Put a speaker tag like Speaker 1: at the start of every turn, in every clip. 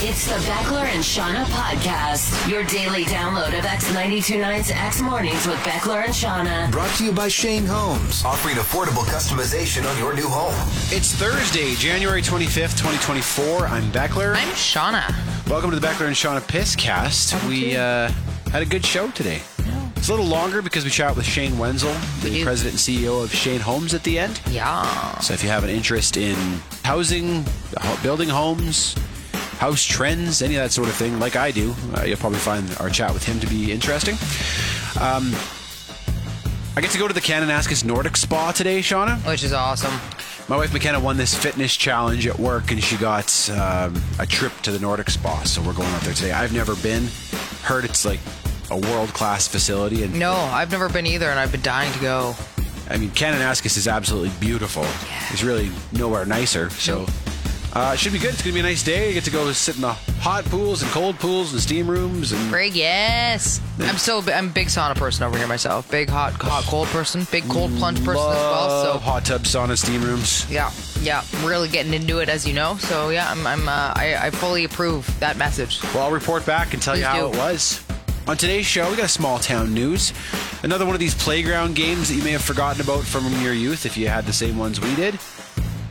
Speaker 1: It's the Beckler and Shauna podcast, your daily download of X92 Nights X Mornings with Beckler and Shauna.
Speaker 2: Brought to you by Shane Homes, offering affordable customization on your new home.
Speaker 3: It's Thursday, January 25th, 2024. I'm Beckler.
Speaker 4: I'm Shauna.
Speaker 3: Welcome to the Beckler and Shauna Pisscast. We uh, had a good show today. It's a little longer because we chat with Shane Wenzel, the
Speaker 4: We do.
Speaker 3: president and CEO of Shane Homes at the end.
Speaker 4: Yeah.
Speaker 3: So if you have an interest in housing, ho- building homes, house trends, any of that sort of thing, like I do, uh, you'll probably find our chat with him to be interesting. Um, I get to go to the Kananaskis Nordic Spa today, Shauna.
Speaker 4: Which is awesome.
Speaker 3: My wife McKenna won this fitness challenge at work, and she got um, a trip to the Nordic Spa. So we're going out there today. I've never been. Heard it's like a world class facility, and
Speaker 4: No, I've never been either, and I've been dying to go.
Speaker 3: I mean, Kananaskis is absolutely beautiful. It's really nowhere nicer. So uh, it should be good. It's gonna be a nice day. You get to go sit in the hot pools and cold pools and steam rooms and
Speaker 4: Brig, yes. I'm so bi- I'm a big sauna person over here myself. Big hot, hot cold person. Big cold plunge person as well.
Speaker 3: love
Speaker 4: So
Speaker 3: hot tub, sauna, steam rooms.
Speaker 4: yeah, yeah, really getting into it as you know. So yeah, I'm, I'm uh, I, I fully approve that message.
Speaker 3: Well, I'll report back and tell you
Speaker 4: Please
Speaker 3: how
Speaker 4: do.
Speaker 3: it was. On today's show, we got small town news. Another one of these playground games that you may have forgotten about from your youth if you had the same ones we did.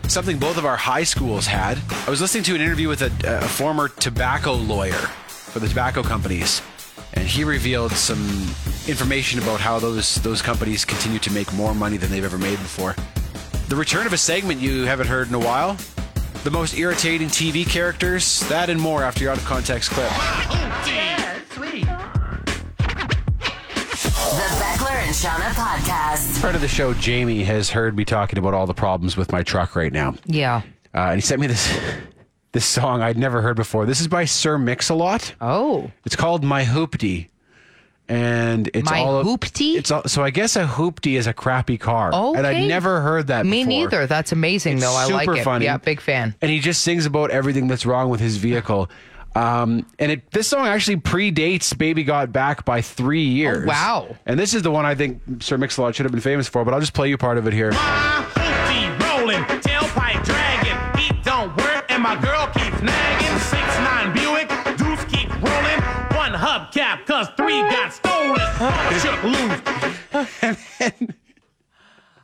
Speaker 3: Something both of our high schools had. I was listening to an interview with a, a former tobacco lawyer for the tobacco companies, and he revealed some information about how those those companies continue to make more money than they've ever made before. The return of a segment you haven't heard in a while. The most irritating TV characters, that and more after your out of context clip.
Speaker 1: The Beckler and Shauna podcast.
Speaker 3: Part of the show, Jamie has heard me talking about all the problems with my truck right now,
Speaker 4: Yeah.
Speaker 3: uh, and he sent me this this song I'd never heard before. This is by Sir Mix-a-Lot.
Speaker 4: Oh,
Speaker 3: It's called My Hoopty, and it's
Speaker 4: My
Speaker 3: all
Speaker 4: Hoopty?
Speaker 3: It's all, so I guess a hoopty is a crappy car, and I'd
Speaker 4: Okay.
Speaker 3: never heard that.
Speaker 4: me
Speaker 3: before.
Speaker 4: neither. That's amazing
Speaker 3: It's
Speaker 4: though. I like
Speaker 3: super
Speaker 4: it.
Speaker 3: funny.
Speaker 4: Yeah, big fan.
Speaker 3: and he just sings about everything that's wrong with his vehicle. Um, and it, this song actually predates "Baby Got Back" by three years.
Speaker 4: Oh, wow.
Speaker 3: And this is the one I think Sir Mix-a-Lot should have been famous for, but I'll just play you part of it here.
Speaker 5: Hoopty rolling, tailpipe dragging, beat don't work, and my girl keeps nagging. Six nine Buick, deuce keep rolling, one hubcap, cause three got stolen. Shook loose.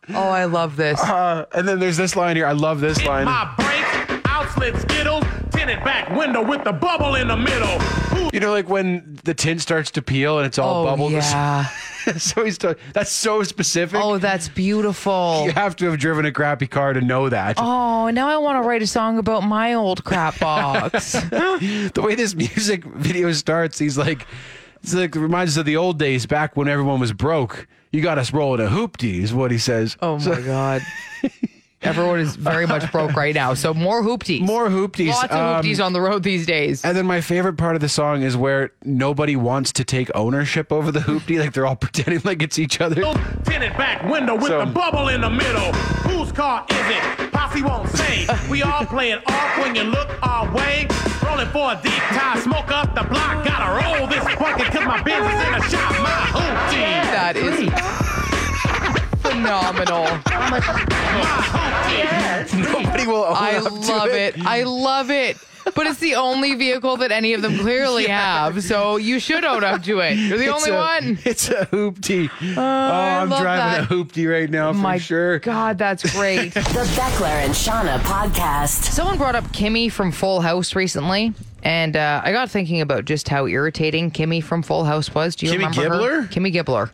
Speaker 4: Oh, I love this.
Speaker 3: uh, And then there's this line here. I love this line.
Speaker 5: My brakes, out slip Skittles, tinted back window with the bubble in the middle.
Speaker 3: You know, like when the tin starts to peel and it's all
Speaker 4: oh
Speaker 3: bubbles.
Speaker 4: yeah.
Speaker 3: so he's t- that's so specific.
Speaker 4: Oh, that's beautiful.
Speaker 3: you have to have driven a crappy car to know that.
Speaker 4: Oh, now I want to write a song about my old crap box.
Speaker 3: The way this music video starts, he's like, it's like reminds us of the old days back when everyone was broke. You got us rolling a hoopty, is what he says.
Speaker 4: oh my god. Everyone is very much broke right now. So more hoopties.
Speaker 3: More hoopties.
Speaker 4: Lots
Speaker 3: um,
Speaker 4: of hoopties on the road these days.
Speaker 3: And then my favorite part of the song is where nobody wants to take ownership over the hoopty. Like they're all pretending like it's each other.
Speaker 4: Oh,
Speaker 5: Tinted back window with
Speaker 3: So-
Speaker 5: the bubble in the middle. Whose car is it? Posse won't say. We all playing off when you look our way. Rolling for a deep tie, smoke up the block. Gotta roll this bucket cause my business in the shop. My hoopty.
Speaker 4: That is phenomenal.
Speaker 3: Nobody will own
Speaker 4: I
Speaker 3: up to
Speaker 4: love it. I love it. But it's the only vehicle that any of them clearly have. So you should own up to it. You're the
Speaker 3: It's
Speaker 4: only
Speaker 3: a-
Speaker 4: one.
Speaker 3: It's a hoopty. oh,
Speaker 4: I
Speaker 3: I'm
Speaker 4: love
Speaker 3: driving
Speaker 4: that.
Speaker 3: a hoopty right now for
Speaker 4: my
Speaker 3: sure.
Speaker 4: God, that's great.
Speaker 1: The Beckler and Shauna podcast.
Speaker 4: Someone brought up Kimmy from Full House recently, and uh, I got thinking about just how irritating Kimmy from Full House was. Do you
Speaker 3: Kimmy
Speaker 4: remember her?
Speaker 3: Gibbler?
Speaker 4: Kimmy Gibbler.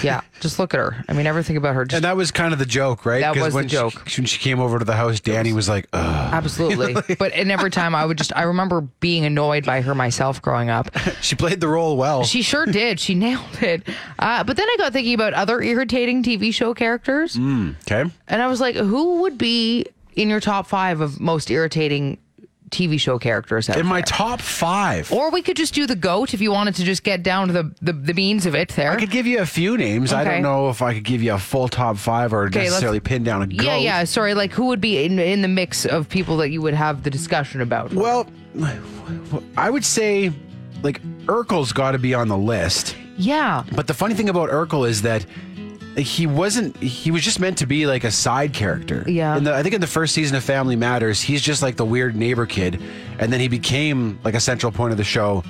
Speaker 4: Yeah, just look at her. I mean, everything about her. Just
Speaker 3: And that was kind of the joke, right?
Speaker 4: That
Speaker 3: 'Cause
Speaker 4: was the
Speaker 3: when she-
Speaker 4: joke.
Speaker 3: when she came over to the house, Danny was like, ugh.
Speaker 4: absolutely. but and every time I would just, I remember being annoyed by her myself growing up.
Speaker 3: She played the role well.
Speaker 4: She sure did. She nailed it. Uh, but then I got thinking about other irritating TV show characters,
Speaker 3: Mm. okay.
Speaker 4: and I was like, who would be in your top five of most irritating TV show characters? out
Speaker 3: In my
Speaker 4: there?
Speaker 3: top five.
Speaker 4: Or we could just do the goat if you wanted to just get down to the the, the means of it. There.
Speaker 3: I could give you a few names. I
Speaker 4: Okay.
Speaker 3: don't know if I could give you a full top five or
Speaker 4: let's-
Speaker 3: necessarily pin down a goat.
Speaker 4: yeah, yeah. Sorry, like who would be in in the mix of people that you would have the discussion about?
Speaker 3: Well, I would say like Urkel's got to be on the list.
Speaker 4: yeah.
Speaker 3: But the funny thing about Urkel is that he wasn't he was just meant to be like a side character.
Speaker 4: Yeah.
Speaker 3: In the, I think in the first season of Family Matters, he's just like the weird neighbor kid and then he became like a central point of the show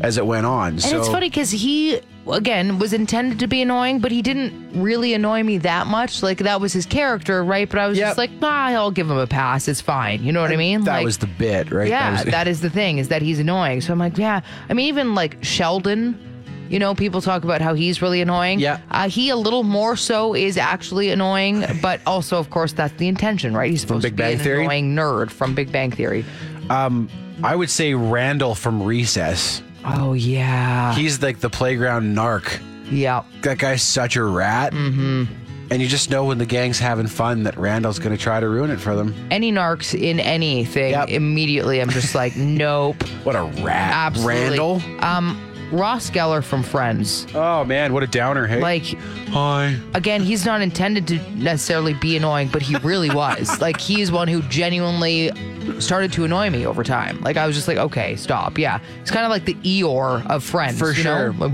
Speaker 3: as it went on.
Speaker 4: And it's funny because he, again, was intended to be annoying, but he didn't really annoy me that much. Like, that was his character, right? But I was
Speaker 3: Yep.
Speaker 4: just like, ah, I'll give him a pass. It's fine. You know what I mean?
Speaker 3: That
Speaker 4: like,
Speaker 3: was the bit, right?
Speaker 4: Yeah,
Speaker 3: was-
Speaker 4: that is the thing, is that he's annoying. So I'm like, yeah. I mean, even like Sheldon. You know, people talk about how he's really annoying.
Speaker 3: Yeah.
Speaker 4: Uh, he a little more so is actually annoying, but also, of course, that's the intention, right? He's supposed
Speaker 3: Big
Speaker 4: to be
Speaker 3: Bang
Speaker 4: an
Speaker 3: Theory?
Speaker 4: annoying nerd from Big Bang Theory.
Speaker 3: I would say Randall from Recess.
Speaker 4: Oh, yeah.
Speaker 3: He's like the playground narc.
Speaker 4: yeah.
Speaker 3: That guy's such a rat. Mm-hmm. And you just know when the gang's having fun that Randall's going to try to ruin it for them.
Speaker 4: any narcs in anything
Speaker 3: Yep.
Speaker 4: immediately i'm just like nope
Speaker 3: What a rat.
Speaker 4: absolutely
Speaker 3: Randall.
Speaker 4: um ross geller from friends
Speaker 3: Oh, man. What a downer. Hey.
Speaker 4: like
Speaker 3: Hi.
Speaker 4: again he's not intended to necessarily be annoying but he really was like he is one who genuinely started to annoy me over time like i was just like okay stop yeah it's kind of like the eeyore of friends
Speaker 3: For
Speaker 4: you
Speaker 3: sure.
Speaker 4: know? I'm,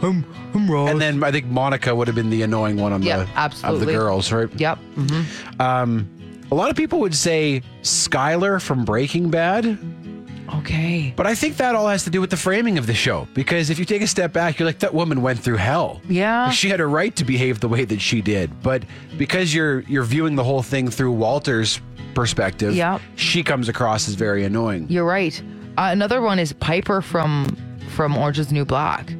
Speaker 4: hi, I'm i'm ross
Speaker 3: And then I think Monica would have been the annoying one on
Speaker 4: Yep,
Speaker 3: the of the
Speaker 4: absolutely.
Speaker 3: girls, right?
Speaker 4: yep mhm.
Speaker 3: A lot of people would say Skylar from Breaking Bad,
Speaker 4: okay
Speaker 3: but I think that all has to do with the framing of the show. Because if you take a step back, you're like, that woman went through hell.
Speaker 4: Yeah.
Speaker 3: She had a right to behave the way that she did. But because you're you're viewing the whole thing through Walter's perspective,
Speaker 4: Yep.
Speaker 3: she comes across as very annoying.
Speaker 4: You're right. Uh, another one is Piper from from Orange Is the New Black,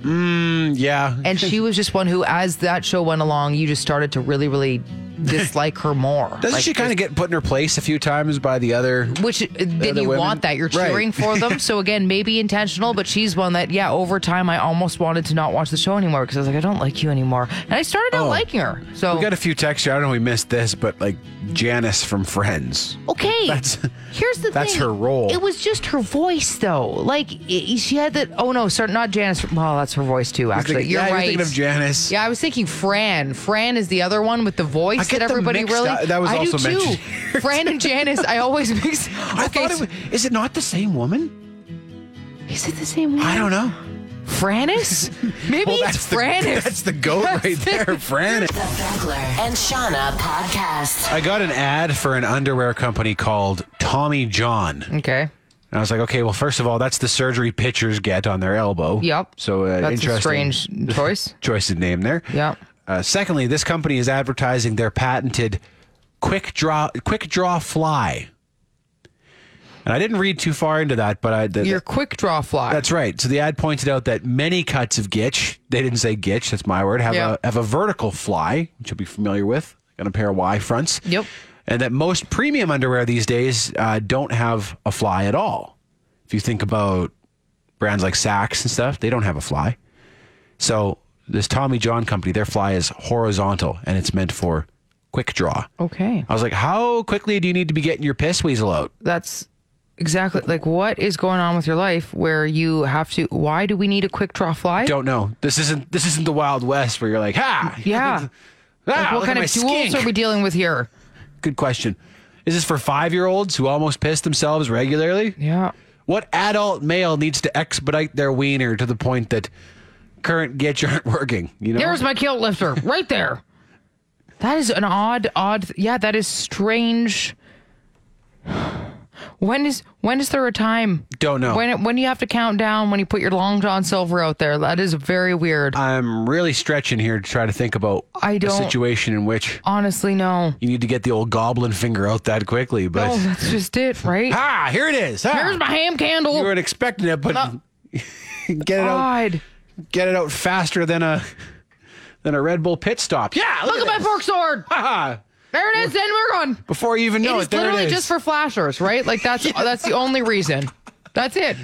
Speaker 3: Mm, yeah.
Speaker 4: and she was just one who, as that show went along, you just started to really, really dislike her more.
Speaker 3: Doesn't she kind of get put in her place a few times by the other
Speaker 4: Which then
Speaker 3: the
Speaker 4: you
Speaker 3: women-
Speaker 4: want that you're
Speaker 3: Right.
Speaker 4: cheering for them. So again, maybe intentional, but she's one that yeah. Over time, I almost wanted to not watch the show anymore because I was like, I don't like you anymore, and I started out
Speaker 3: Oh.
Speaker 4: liking her. So
Speaker 3: We got a few texts here. I don't know if we missed this, but like Janice from Friends.
Speaker 4: Okay.
Speaker 3: That's-
Speaker 4: Here's the
Speaker 3: that's
Speaker 4: thing.
Speaker 3: her role.
Speaker 4: It was just her voice, though. Like i she had that. Oh no, sorry, not Janice. Well, that's her voice too. Actually,
Speaker 3: thinking-
Speaker 4: you're
Speaker 3: yeah, you're
Speaker 4: right.
Speaker 3: thinking of Janice.
Speaker 4: Yeah, I was thinking Fran. Fran is the other one with the voice
Speaker 3: I get
Speaker 4: that everybody
Speaker 3: them mixed
Speaker 4: really.
Speaker 3: up. That was
Speaker 4: I
Speaker 3: also
Speaker 4: do
Speaker 3: mentioned
Speaker 4: too. Fran and Janice. I always mix. Okay,
Speaker 3: I thought it
Speaker 4: so-
Speaker 3: was, is it not the same woman?
Speaker 4: is it the same one?
Speaker 3: I don't know.
Speaker 4: Franis? Maybe it's
Speaker 3: the,
Speaker 4: Franis.
Speaker 3: that's the goat right there, Franis.
Speaker 1: The Beckler and Shauna podcast.
Speaker 3: I got an ad for an underwear company called Tommy John. And
Speaker 4: okay.
Speaker 3: I was like, okay, well, first of all, that's the surgery pitchers get on their elbow.
Speaker 4: Yep.
Speaker 3: So uh,
Speaker 4: that's
Speaker 3: interesting
Speaker 4: a strange choice.
Speaker 3: choice of name there.
Speaker 4: Yep.
Speaker 3: Uh, secondly, this company is advertising their patented quick draw quick draw fly. And I didn't read too far into that, but I the,
Speaker 4: Your quick draw fly.
Speaker 3: that's right. So the ad pointed out that many cuts of gitch, they didn't say gitch, that's my word, have
Speaker 4: Yeah.
Speaker 3: a have a vertical fly, which you'll be familiar with, got a pair of Y fronts.
Speaker 4: Yep.
Speaker 3: And that most premium underwear these days uh, don't have a fly at all. If you think about brands like Saks and stuff, they don't have a fly. So this Tommy John company, their fly is horizontal and it's meant for quick draw.
Speaker 4: okay.
Speaker 3: I was like, how quickly do you need to be getting your piss weasel out?
Speaker 4: that's exactly like what is going on with your life where you have to why do we need a quick draw fly
Speaker 3: Don't know. This isn't this isn't the Wild West where you're like, ha,
Speaker 4: yeah
Speaker 3: Ah,
Speaker 4: what
Speaker 3: look
Speaker 4: kind
Speaker 3: at
Speaker 4: of
Speaker 3: my
Speaker 4: duels
Speaker 3: skink.
Speaker 4: are we dealing with here
Speaker 3: Good question. Is this for five year olds who almost piss themselves regularly?
Speaker 4: yeah
Speaker 3: What adult male needs to expedite their wiener to the point that current gets aren't working? You know,
Speaker 4: there's my kilt lifter right there that is an odd odd yeah that is strange when is when is there a time
Speaker 3: don't know.
Speaker 4: when when you have to count down when you put your long john silver out there that is very weird
Speaker 3: I'm really stretching here to try to think about
Speaker 4: I
Speaker 3: a
Speaker 4: don't-
Speaker 3: situation in which
Speaker 4: honestly no
Speaker 3: you need to get the old goblin finger out that quickly. But
Speaker 4: no that's just it right
Speaker 3: ah, here it is. Ah,
Speaker 4: here's my ham candle
Speaker 3: You weren't expecting it, but
Speaker 4: No. Ah,
Speaker 3: get it out.
Speaker 4: god
Speaker 3: Get it out faster than a than a Red Bull pit stop. Yeah,
Speaker 4: Look, at my
Speaker 3: this.
Speaker 4: fork sword.
Speaker 3: Ah,
Speaker 4: There it is, and we're gone.
Speaker 3: Before you even know
Speaker 4: it
Speaker 3: it,
Speaker 4: is
Speaker 3: there
Speaker 4: literally
Speaker 3: it is.
Speaker 4: just for flashers, right? Like that's that's the only reason. That's it.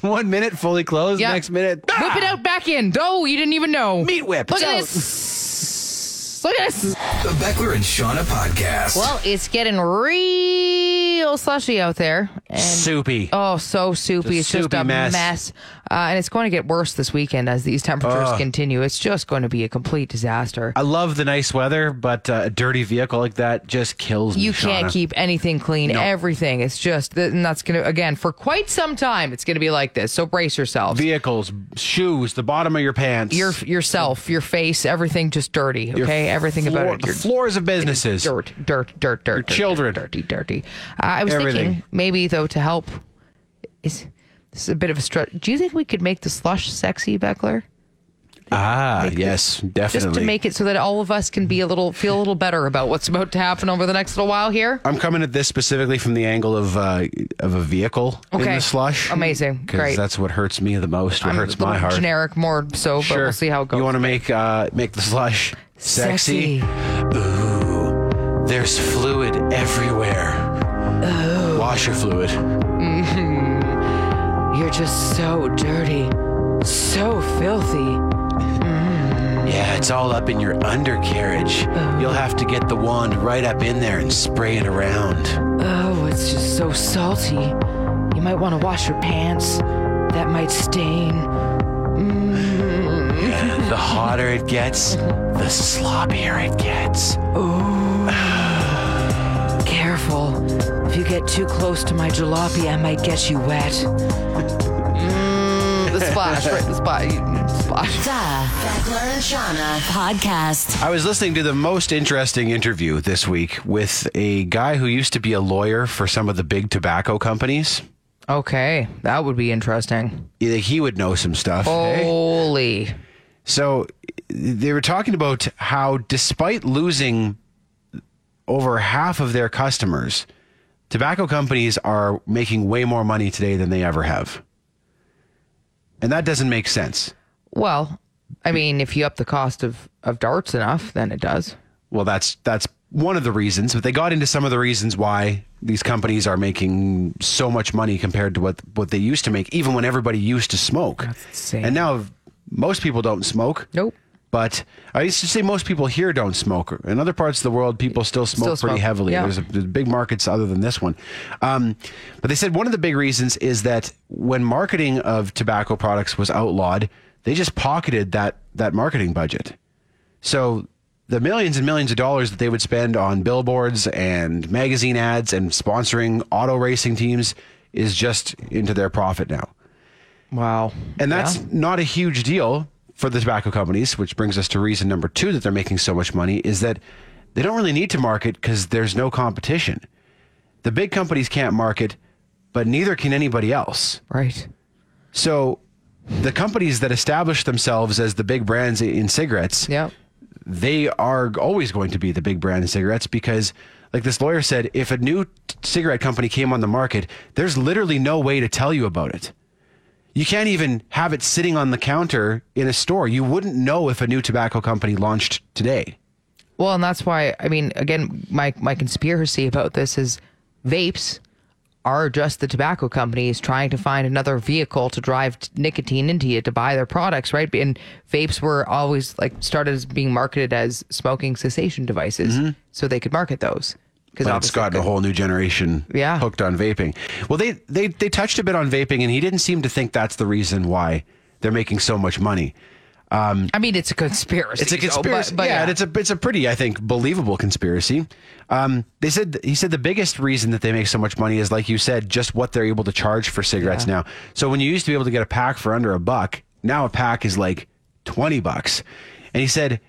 Speaker 3: one minute fully closed,
Speaker 4: Yeah.
Speaker 3: next minute ah,
Speaker 4: Whip it out back in. No, you didn't even know.
Speaker 3: meat oh. whip.
Speaker 4: Look
Speaker 3: It's
Speaker 4: at
Speaker 3: out.
Speaker 4: this. Look at this.
Speaker 2: The Beckler and Shauna podcast.
Speaker 4: Well, it's getting real slushy out there. And
Speaker 3: Soupy.
Speaker 4: Oh, so soupy.
Speaker 3: It's
Speaker 4: It's,
Speaker 3: a
Speaker 4: just
Speaker 3: soupy
Speaker 4: a
Speaker 3: mess.
Speaker 4: mess. Uh, and it's going to get worse this weekend as these temperatures continue. It's just going to be a complete disaster.
Speaker 3: I love the nice weather, but uh, a dirty vehicle like that just kills me.
Speaker 4: you can't
Speaker 3: Shauna.
Speaker 4: keep anything clean. Everything. It's just, and that's going to, again, for quite some time, it's going to be like this. So brace yourselves.
Speaker 3: vehicles, shoes, the bottom of your pants,
Speaker 4: your, yourself, your face, everything just dirty.
Speaker 3: your
Speaker 4: Okay. everything
Speaker 3: floor-
Speaker 4: about it.
Speaker 3: the
Speaker 4: Your
Speaker 3: floors of businesses.
Speaker 4: dirt, dirt, dirt, dirt. dirt,
Speaker 3: children.
Speaker 4: Dirty, dirty. Uh, I was
Speaker 3: Everything.
Speaker 4: thinking maybe, though, to help, is this is a bit of a stretch. Do you think we could make the slush sexy, Beckler?
Speaker 3: Ah, yes, definitely.
Speaker 4: just to make it so that all of us can be a little feel a little better about what's about to happen over the next little while here.
Speaker 3: I'm coming at this specifically from the angle of uh, of a vehicle in
Speaker 4: Okay.
Speaker 3: the slush.
Speaker 4: Amazing.
Speaker 3: 'Cause
Speaker 4: Great.
Speaker 3: That's what hurts me the most. What
Speaker 4: I'm a
Speaker 3: hurts my
Speaker 4: little
Speaker 3: heart.
Speaker 4: Generic, more so, but
Speaker 3: Sure.
Speaker 4: we'll see how it goes.
Speaker 3: You want to make uh, make the slush sexy? Ooh, there's fluid everywhere. Washer fluid.
Speaker 4: You're just so dirty, so filthy.
Speaker 3: Yeah, it's all up in your undercarriage. You'll have to get the wand right up in there and spray it around.
Speaker 4: Oh, it's just so salty. You might want to wash your pants. That might stain.
Speaker 3: The hotter it gets, the sloppier it gets.
Speaker 4: Careful. If you get too close to my jalopy, I might get you wet. the splash, right? The splash. Splash.
Speaker 1: The Beckler and Shauna podcast.
Speaker 3: I was listening to the most interesting interview this week with a guy who used to be a lawyer for some of the big tobacco companies.
Speaker 4: Okay, that would be interesting.
Speaker 3: Yeah, He would know some stuff.
Speaker 4: Oh,
Speaker 3: eh?
Speaker 4: Holy.
Speaker 3: So they were talking about how, despite losing over half of their customers, tobacco companies are making way more money today than they ever have. And that doesn't make sense.
Speaker 4: Well, I mean, if you up the cost of, of darts enough, then it does.
Speaker 3: Well, that's that's one of the reasons, but they got into some of the reasons why these companies are making so much money compared to what what they used to make, even when everybody used to smoke.
Speaker 4: That's insane.
Speaker 3: And now most people don't smoke.
Speaker 4: Nope.
Speaker 3: But I used to say most people here don't smoke. In other parts of the world, people still smoke
Speaker 4: Still
Speaker 3: pretty
Speaker 4: smoke,
Speaker 3: heavily.
Speaker 4: yeah.
Speaker 3: There's, a, there's big markets other than this one. Um, but they said one of the big reasons is that when marketing of tobacco products was outlawed, they just pocketed that that marketing budget. So the millions and millions of dollars that they would spend on billboards and magazine ads and sponsoring auto racing teams is just into their profit now.
Speaker 4: Wow.
Speaker 3: And that's not a huge deal for the tobacco companies, which brings us to reason number two that they're making so much money is that they don't really need to market because there's no competition. The big companies can't market, but neither can anybody else.
Speaker 4: Right.
Speaker 3: So the companies that establish themselves as the big brands in cigarettes,
Speaker 4: Yep.
Speaker 3: they are always going to be the big brand in cigarettes because, like this lawyer said, if a new t- cigarette company came on the market, there's literally no way to tell you about it. You can't even have it sitting on the counter in a store. You wouldn't know if a new tobacco company launched today.
Speaker 4: Well, and that's why, I mean, again, my, my conspiracy about this is vapes are just the tobacco companies trying to find another vehicle to drive t- nicotine into you to buy their products, right? And vapes were always like started as being marketed as smoking cessation devices so they could market those. Because
Speaker 3: But Mm-hmm. it's gotten a whole new generation
Speaker 4: Yeah.
Speaker 3: hooked on vaping. Well, they, they they touched a bit on vaping, and he didn't seem to think that's the reason why they're making so much money.
Speaker 4: I mean, it's a conspiracy.
Speaker 3: It's a
Speaker 4: so, but-
Speaker 3: conspiracy,
Speaker 4: but
Speaker 3: yeah, And it's a it's a pretty, I think, believable conspiracy. Um, they said he said the biggest reason that they make so much money is, like you said, just what they're able to charge for cigarettes now. So when you used to be able to get a pack for under a buck, now a pack is like twenty bucks. And he said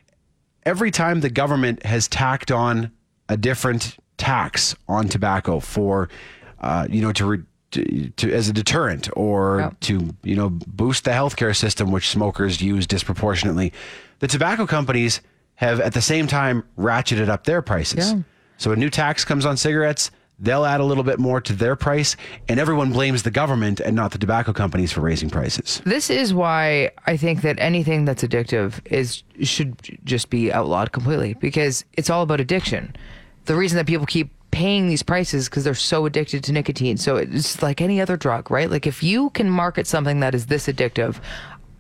Speaker 3: every time the government has tacked on a different tax on tobacco for, uh, you know, to. Re- to, to, as a deterrent or
Speaker 4: Yeah.
Speaker 3: to you know boost the healthcare system which smokers use disproportionately the tobacco companies have at the same time ratcheted up their prices
Speaker 4: Yeah.
Speaker 3: so a new tax comes on cigarettes They'll add a little bit more to their price, and everyone blames the government and not the tobacco companies for raising prices.
Speaker 4: This is why I think that anything that's addictive is should just be outlawed completely because it's all about addiction. The reason that people keep paying these prices because they're so addicted to nicotine. So it's like any other drug, right? Like if you can market something that is this addictive,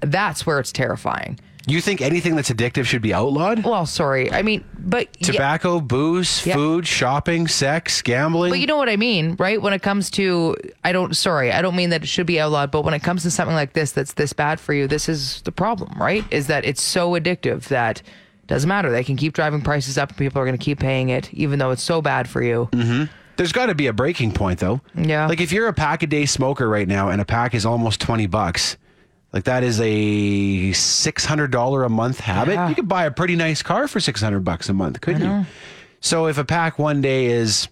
Speaker 4: that's where it's terrifying.
Speaker 3: You think anything that's addictive should be outlawed?
Speaker 4: Well, sorry. I mean, but yeah-
Speaker 3: Tobacco, booze,
Speaker 4: Yeah.
Speaker 3: food, shopping, sex, gambling.
Speaker 4: But you know what I mean, right? When it comes to, I don't, sorry, I don't mean that it should be outlawed, but when it comes to something like this that's this bad for you, this is the problem, right? Is that it's so addictive that it doesn't matter. They can keep driving prices up and people are going to keep paying it, even though it's so bad for you.
Speaker 3: There's got to be a breaking point, though.
Speaker 4: Yeah.
Speaker 3: Like if you're a pack a day smoker right now, and a pack is almost twenty bucks, like that is a six hundred dollar a month habit.
Speaker 4: Yeah.
Speaker 3: You could buy a pretty nice car for six hundred bucks a month, couldn't you? So if a pack one day is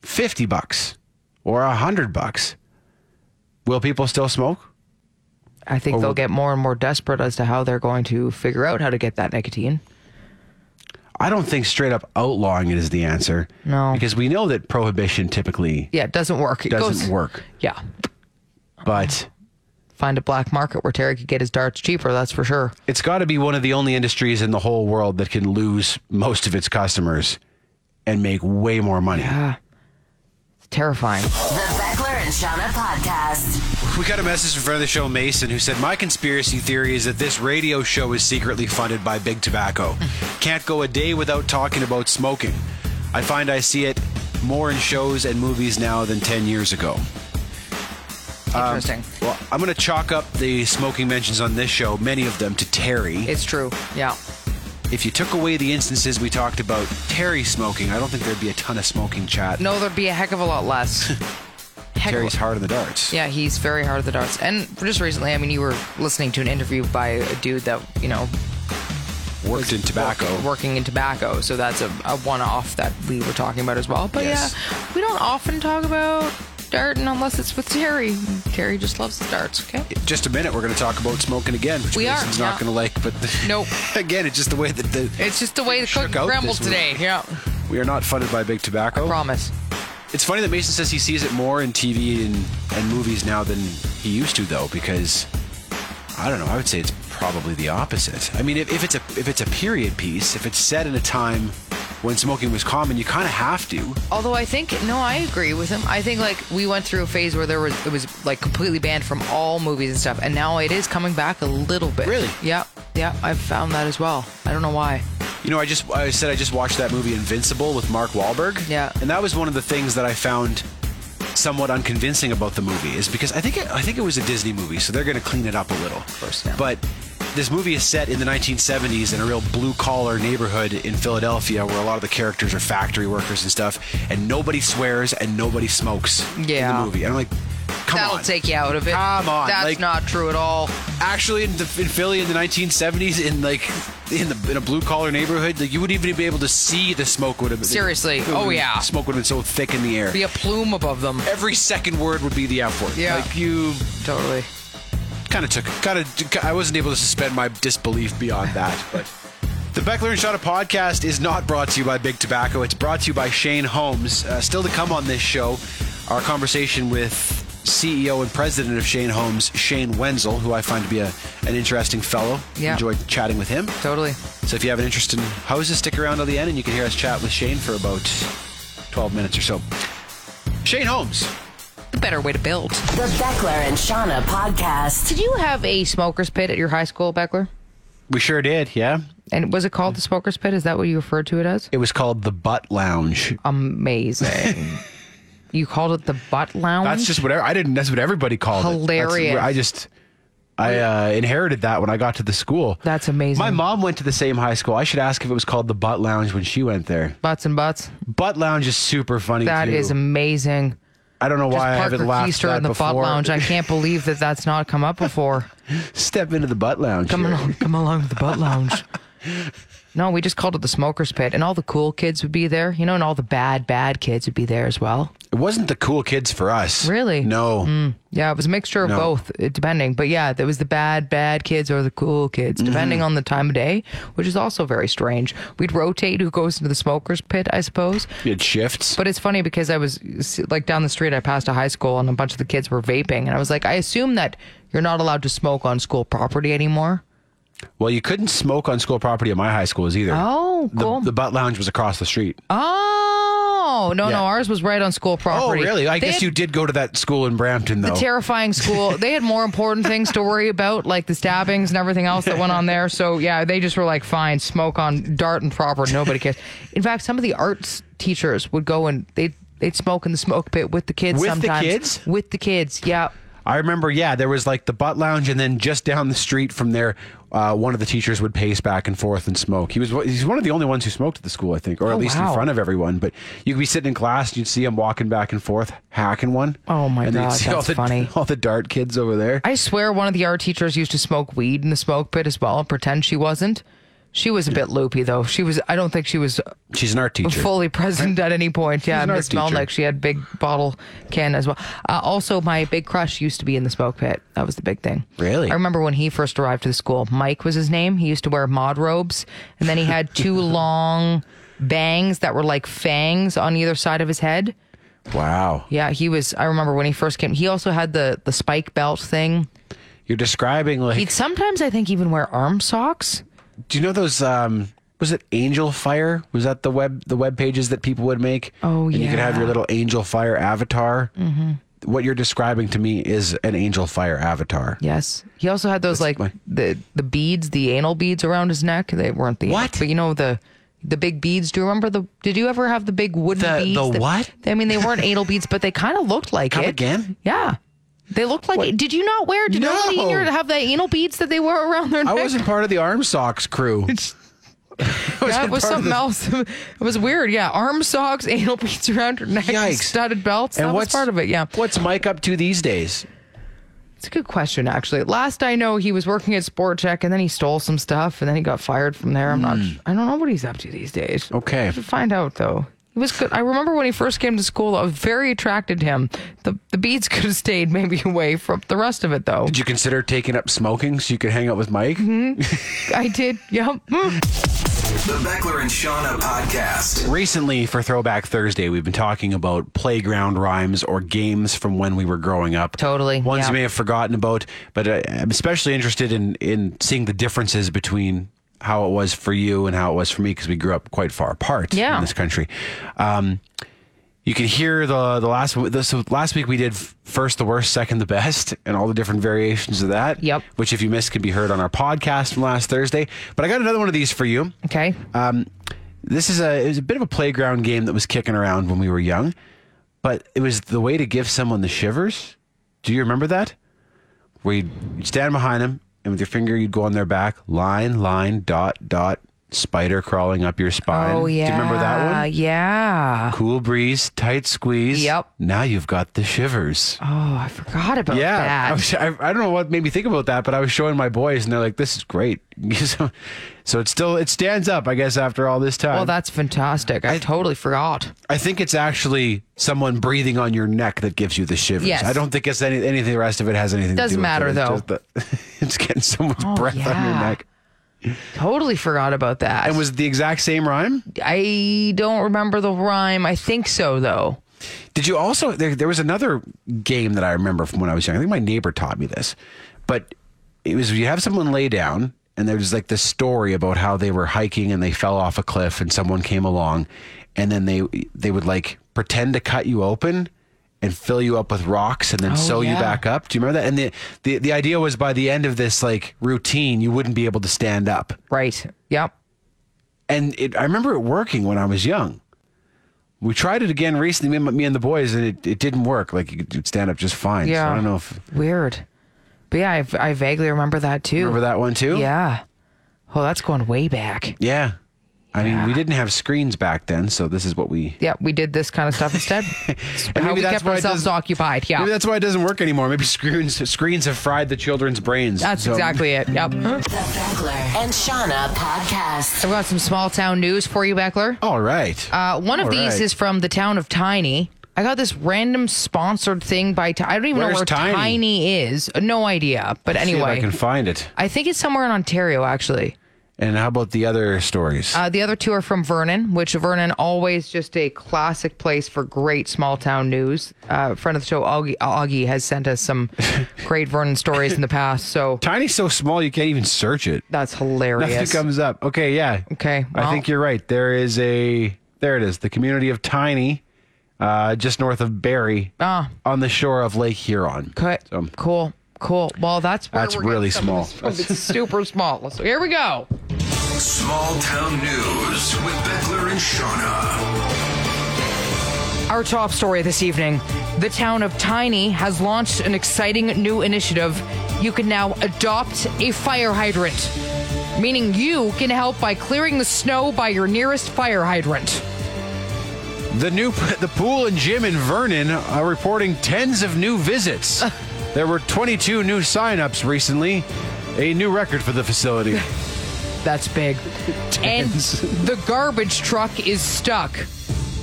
Speaker 3: fifty bucks or a hundred bucks, will people still smoke?
Speaker 4: I think they'll get more and more desperate as to how they're going to figure out how to get that nicotine.
Speaker 3: I don't think straight up outlawing it is the answer.
Speaker 4: No.
Speaker 3: because we know that prohibition typically
Speaker 4: Yeah, it doesn't work. It
Speaker 3: doesn't
Speaker 4: goes-
Speaker 3: work,
Speaker 4: Yeah.
Speaker 3: but.
Speaker 4: Find a black market where Terry could get his darts cheaper, that's for sure.
Speaker 3: it's got to be one of the only industries in the whole world that can lose most of its customers and make way more money.
Speaker 4: It's terrifying.
Speaker 1: The Beckler and Shauna podcast.
Speaker 3: We got a message in front of the show, Mason, who said, My conspiracy theory is that this radio show is secretly funded by Big Tobacco. Can't go a day without talking about smoking. I find I see it more in shows and movies now than 10 years ago.
Speaker 4: Interesting.
Speaker 3: Well, I'm going to chalk up the smoking mentions on this show, many of them, to Terry.
Speaker 4: it's true. Yeah.
Speaker 3: if you took away the instances we talked about Terry smoking, I don't think there'd be a ton of smoking chat.
Speaker 4: No, there'd be a heck of a lot less. Heck of a-
Speaker 3: Terry's hard on the darts.
Speaker 4: Yeah, he's very hard at the darts. And for just recently, I mean, you were listening to an interview by a dude that, you know,
Speaker 3: Worked in tobacco.
Speaker 4: working in tobacco. So that's a, a one off that we were talking about as well. But
Speaker 3: Yes.
Speaker 4: yeah, we don't often talk about darting unless it's with Terry. Terry just loves the darts, okay?
Speaker 3: Just a minute, we're going to talk about smoking again, which
Speaker 4: We are,
Speaker 3: Mason's
Speaker 4: yeah.
Speaker 3: not going to like. But
Speaker 4: Nope.
Speaker 3: again, it's just the way that the
Speaker 4: It's just the way the
Speaker 3: Shook
Speaker 4: cook
Speaker 3: out
Speaker 4: grumbled
Speaker 3: this
Speaker 4: today.
Speaker 3: week.
Speaker 4: Yeah,
Speaker 3: we are not funded by big tobacco.
Speaker 4: promise.
Speaker 3: It's funny that Mason says he sees it more in TV and, and movies now than he used to, though, because I don't know. I would say it's probably the opposite. I mean, if, if it's a if it's a period piece, if it's set in a time when smoking was common, you kind of have to.
Speaker 4: Although I think no, I agree with him. I think like we went through a phase where there was it was like completely banned from all movies and stuff, and now it is coming back a little bit.
Speaker 3: Really?
Speaker 4: Yeah, yeah. I've found that as well. I don't know why.
Speaker 3: You know, I just I said I just watched that movie Invincible with Mark Wahlberg.
Speaker 4: Yeah.
Speaker 3: And that was one of the things that I found somewhat unconvincing about the movie is because I think it, I think it was a Disney movie, so they're going to clean it up a little. Of
Speaker 4: course, yeah.
Speaker 3: But this movie is set in the 1970s in a real blue collar neighborhood in Philadelphia where a lot of the characters are factory workers and stuff, and nobody swears and nobody smokes in
Speaker 4: Yeah.
Speaker 3: the movie. And I'm like, come
Speaker 4: That'll
Speaker 3: on.
Speaker 4: take you out of it.
Speaker 3: Come on,
Speaker 4: That's
Speaker 3: like-
Speaker 4: not true at all.
Speaker 3: actually in, the, in Philly in the 1970s in like in the in a blue collar neighborhood like you wouldn't even be able to see the smoke would have been
Speaker 4: Seriously.
Speaker 3: it would've
Speaker 4: Oh,
Speaker 3: been-
Speaker 4: yeah.
Speaker 3: smoke would have been so thick in the air
Speaker 4: Be a plume above them.
Speaker 3: every second word would be the F word
Speaker 4: Yeah.
Speaker 3: like you
Speaker 4: Totally.
Speaker 3: kind of took kind of I wasn't able to suspend my disbelief beyond that but the Beckler and Shot podcast is not brought to you by Big Tobacco. It's brought to you by Shane Holmes. Uh, still to come on this show, our conversation with CEO and president of Shane Holmes, Shane Wenzel, who I find to be a, an interesting fellow.
Speaker 4: Yeah.
Speaker 3: Enjoyed chatting with him.
Speaker 4: Totally.
Speaker 3: So if you have an interest in houses, stick around till the end and you can hear us chat with Shane for about 12 minutes or so. Shane Holmes.
Speaker 4: The better way to build.
Speaker 1: The Beckler and Shauna podcast.
Speaker 4: Did you have a smoker's pit at your high school, Beckler?
Speaker 3: We sure did, yeah.
Speaker 4: And was it called the smoker's pit? Is that what you referred to it as?
Speaker 3: It was called the Butt Lounge.
Speaker 4: Amazing. you called it the butt lounge?
Speaker 3: That's just whatever. I didn't. That's what everybody called it.
Speaker 4: Hilarious.
Speaker 3: That's- I just. I uh, inherited that when I got to the school.
Speaker 4: That's amazing.
Speaker 3: My mom went to the same high school. I should ask if it was called the Butt Lounge when she went there.
Speaker 4: Butts and butts.
Speaker 3: Butt Lounge is super funny.
Speaker 4: That
Speaker 3: too.
Speaker 4: is amazing.
Speaker 3: I don't know
Speaker 4: Just
Speaker 3: why I
Speaker 4: Parker
Speaker 3: haven't laughed at
Speaker 4: Keister
Speaker 3: that
Speaker 4: in the
Speaker 3: before.
Speaker 4: butt lounge. I can't believe that that's not come up before.
Speaker 3: Step into the Butt Lounge.
Speaker 4: Come
Speaker 3: here.
Speaker 4: along, come along to the butt lounge. No, we just called it the smokers pit, and all the cool kids would be there, you know, and all the bad, bad kids would be there as well.
Speaker 3: It wasn't the cool kids for us.
Speaker 4: Really? Mm.
Speaker 3: No.
Speaker 4: Yeah, it was a mixture of
Speaker 3: No.
Speaker 4: both, it- depending. But yeah, there was the bad, bad kids or the cool kids, depending on the time of day, which is also very strange. We'd rotate who goes into the smokers pit, I suppose.
Speaker 3: You had shifts.
Speaker 4: But it's funny because I was like down the street, I passed a high school, and a bunch of the kids were vaping, and I was like, I assume that you're not allowed to smoke on school property anymore.
Speaker 3: well, you couldn't smoke on school property at my high schools either.
Speaker 4: Oh,
Speaker 3: The-
Speaker 4: cool.
Speaker 3: The, butt lounge was across the street.
Speaker 4: Oh no,
Speaker 3: Yeah.
Speaker 4: no, ours was right on school
Speaker 3: oh,
Speaker 4: property.
Speaker 3: really? I
Speaker 4: They
Speaker 3: guess
Speaker 4: had
Speaker 3: you did go to that school in Brampton, though.
Speaker 4: The terrifying school. They had more important things to worry about, like the stabbings and everything else that went on there. So yeah, they just were like, fine, smoke on Dart and proper. Nobody cares. In fact, some of the arts teachers would go and they they'd smoke in the smoke pit with the kids.
Speaker 3: With the
Speaker 4: sometimes
Speaker 3: kids?
Speaker 4: With the kids. Yeah.
Speaker 3: I remember, yeah, there was like the butt lounge, and then just down the street from there, uh, one of the teachers would pace back and forth and smoke. He was he's one of the only ones who smoked at the school, I think, or at
Speaker 4: Oh,
Speaker 3: least
Speaker 4: wow.
Speaker 3: in front of everyone. But you could be sitting in class, and you'd see him walking back and forth, hacking one.
Speaker 4: Oh, my
Speaker 3: and then you'd
Speaker 4: God,
Speaker 3: see all
Speaker 4: that's
Speaker 3: the,
Speaker 4: funny.
Speaker 3: All the dart kids over there.
Speaker 4: I swear, one of the art teachers used to smoke weed in the smoke pit as well and pretend she wasn't. She was a bit loopy though. She was. I don't think she was
Speaker 3: She's an art teacher.
Speaker 4: fully present at any point. Yeah,
Speaker 3: an art
Speaker 4: Miss
Speaker 3: teacher.
Speaker 4: Melnick, she had big bottle can as well. Uh, also, my big crush used to be in the smoke pit. That was the big thing.
Speaker 3: Really?
Speaker 4: I remember when he first arrived to the school. Mike was his name. He used to wear mod robes, and then he had two long bangs that were like fangs on either side of his head.
Speaker 3: Wow,
Speaker 4: Yeah, he was. I remember when he first came. He also had the the spike belt thing.
Speaker 3: you're describing like.
Speaker 4: He'd sometimes, I think, even wear arm socks.
Speaker 3: do you know those? Um, was it Angel Fire? Was that the web the web pages that people would make?
Speaker 4: Oh,
Speaker 3: and You could have your
Speaker 4: yeah.
Speaker 3: little Angel Fire avatar. Mm-hmm. What you're describing to me is an Angel Fire avatar.
Speaker 4: Yes. He also had those like
Speaker 3: my-
Speaker 4: the the beads, the anal beads around his neck. They weren't the
Speaker 3: What?
Speaker 4: but you know the the big beads. Do you remember the? Did you ever have the big wooden
Speaker 3: The-
Speaker 4: beads?
Speaker 3: the
Speaker 4: that-
Speaker 3: what?
Speaker 4: I mean, they weren't anal beads, but they kind of looked like
Speaker 3: Come
Speaker 4: it.
Speaker 3: again?
Speaker 4: Yeah, they looked like. it. Did you not wear? Did
Speaker 3: No.
Speaker 4: nobody in here have the anal beads that they wore around their
Speaker 3: I
Speaker 4: neck?
Speaker 3: wasn't part of the arm socks crew.
Speaker 4: yeah, it
Speaker 3: wasn't
Speaker 4: was
Speaker 3: part of
Speaker 4: something
Speaker 3: the-
Speaker 4: else. it was weird. Yeah, arm socks, anal beads around her neck,
Speaker 3: Yikes.
Speaker 4: studded belts. that was part of it. Yeah,
Speaker 3: What's Mike up to these days?
Speaker 4: It's a good question, actually. Last I know, he was working at Sport Check, and then he stole some stuff, and then he got fired from there. I'm not. I don't know what he's up to these days.
Speaker 3: Hmm. Okay.
Speaker 4: I should find out though. He was good. I remember when he first came to school. I was very attracted to him. The the beads could have stayed maybe away from the rest of it though.
Speaker 3: Did you consider taking up smoking so you could hang out with Mike?
Speaker 4: Mm-hmm. I did. Yep.
Speaker 3: Uh,
Speaker 2: The Beckler and Shauna podcast.
Speaker 3: Recently, for Throwback Thursday, we've been talking about playground rhymes or games from when we were growing up.
Speaker 4: Totally,
Speaker 3: Ones
Speaker 4: yeah.
Speaker 3: you may have forgotten about, but I- I'm especially interested in, in seeing the differences between how it was for you and how it was for me because we grew up quite far apart
Speaker 4: Yeah.
Speaker 3: in this country. Um, you can hear the the last the, so last week we did f- first the worst, second the best, and all the different variations of that.
Speaker 4: Yep.
Speaker 3: Which, if you missed, can be heard on our podcast from last Thursday. But I got another one of these for you.
Speaker 4: Okay.
Speaker 3: Um, this is a it was a bit of a playground game that was kicking around when we were young, but it was the way to give someone the shivers. Do you remember that? Where you'd, you'd stand behind them and with your finger you'd go on their back, line, line, dot, dot, spider crawling up your spine.
Speaker 4: oh yeah.
Speaker 3: Do you remember that one?
Speaker 4: Yeah.
Speaker 3: Cool breeze, tight squeeze.
Speaker 4: Yep.
Speaker 3: Now you've got the shivers.
Speaker 4: Oh, I forgot about
Speaker 3: Yeah, I,
Speaker 4: that.
Speaker 3: was, I, I don't know what made me think about that, but I was showing my boys, and they're like, "This is great." so, so it still it stands up, I guess, after all this time.
Speaker 4: well, Oh, that's fantastic. I totally forgot.
Speaker 3: I think it's actually someone breathing on your neck that gives you the shivers.
Speaker 4: Yes.
Speaker 3: I don't think it's any, anything. The rest of it has anything.
Speaker 4: Doesn't
Speaker 3: to do with
Speaker 4: matter,
Speaker 3: it. It's
Speaker 4: though.
Speaker 3: just that- it's getting someone's
Speaker 4: Oh,
Speaker 3: breath on your
Speaker 4: yeah.
Speaker 3: neck.
Speaker 4: Totally forgot about that.
Speaker 3: And was it the exact same rhyme?
Speaker 4: I don't remember the rhyme. I think so, though.
Speaker 3: Did you also? There, there was another game that I remember from when I was young. I think my neighbor taught me this, but it was you have someone lay down, and there was like this story about how they were hiking and they fell off a cliff, and someone came along, and then they they would like pretend to cut you open. And fill you up with rocks, and then
Speaker 4: Oh,
Speaker 3: sew you
Speaker 4: yeah.
Speaker 3: back up. Do you remember that? And the, the the idea was by the end of this like routine, you wouldn't be able to stand up.
Speaker 4: Right. Yep.
Speaker 3: And it, I remember it working when I was young. We tried it again recently, me, and- me and the boys, and it, it didn't work. Like you could stand up just fine. So
Speaker 4: Yeah.
Speaker 3: I don't know if
Speaker 4: Weird. But yeah, I, I vaguely remember that too.
Speaker 3: remember that one too.
Speaker 4: Yeah. Oh, that's going way back.
Speaker 3: Yeah. I mean, we didn't have screens back then, so this is what we.
Speaker 4: Yeah, we did this kind of stuff instead.
Speaker 3: And
Speaker 4: How we
Speaker 3: that's
Speaker 4: kept
Speaker 3: why it
Speaker 4: ourselves
Speaker 3: doesn't-
Speaker 4: occupied. Yeah.
Speaker 3: Maybe that's why it doesn't work anymore. Maybe screens screens have fried the children's brains.
Speaker 4: That's
Speaker 3: So-
Speaker 4: exactly it. Yep.
Speaker 1: The Beckler and Shauna podcast.
Speaker 4: I've got some small town news for you, Beckler.
Speaker 3: All right.
Speaker 4: Uh, one of
Speaker 3: All
Speaker 4: these
Speaker 3: right.
Speaker 4: is from the town of Tiny. I got this random sponsored thing by Ti- I don't even know
Speaker 3: Where's
Speaker 4: where
Speaker 3: Tiny?
Speaker 4: Tiny? is. No idea. But
Speaker 3: See if
Speaker 4: anyway,
Speaker 3: I can find it.
Speaker 4: I think it's somewhere in Ontario actually.
Speaker 3: And how about the other stories?
Speaker 4: Uh, the other two are from Vernon, which Vernon always just a classic place for great small town news. Uh, friend of the show Augie, Augie has sent us some great Vernon stories in the past, so
Speaker 3: Tiny's so small you can't even search it.
Speaker 4: that's
Speaker 3: Nothing
Speaker 4: hilarious.
Speaker 3: comes up. Okay, yeah.
Speaker 4: Okay,
Speaker 3: I
Speaker 4: well-
Speaker 3: think you're right. There is a there it is. The community of Tiny, uh, just north of Barrie,
Speaker 4: Ah.
Speaker 3: on the shore of Lake Huron.
Speaker 4: Okay,
Speaker 3: So-
Speaker 4: cool, cool. Well, that's where
Speaker 3: That's
Speaker 4: we're getting
Speaker 3: really
Speaker 4: some of this
Speaker 3: small.
Speaker 4: from. It's super small. So here we go.
Speaker 2: Small Town News with Beckler and Shauna.
Speaker 4: Our top story this evening the town of Tiny has launched an exciting new initiative. You can now adopt a fire hydrant, meaning you can help by clearing the snow by your nearest fire hydrant.
Speaker 3: The new the pool and gym in Vernon are reporting tens of new visits. there were 22 new signups recently, a new record for the facility.
Speaker 4: That's big. and the garbage truck is stuck.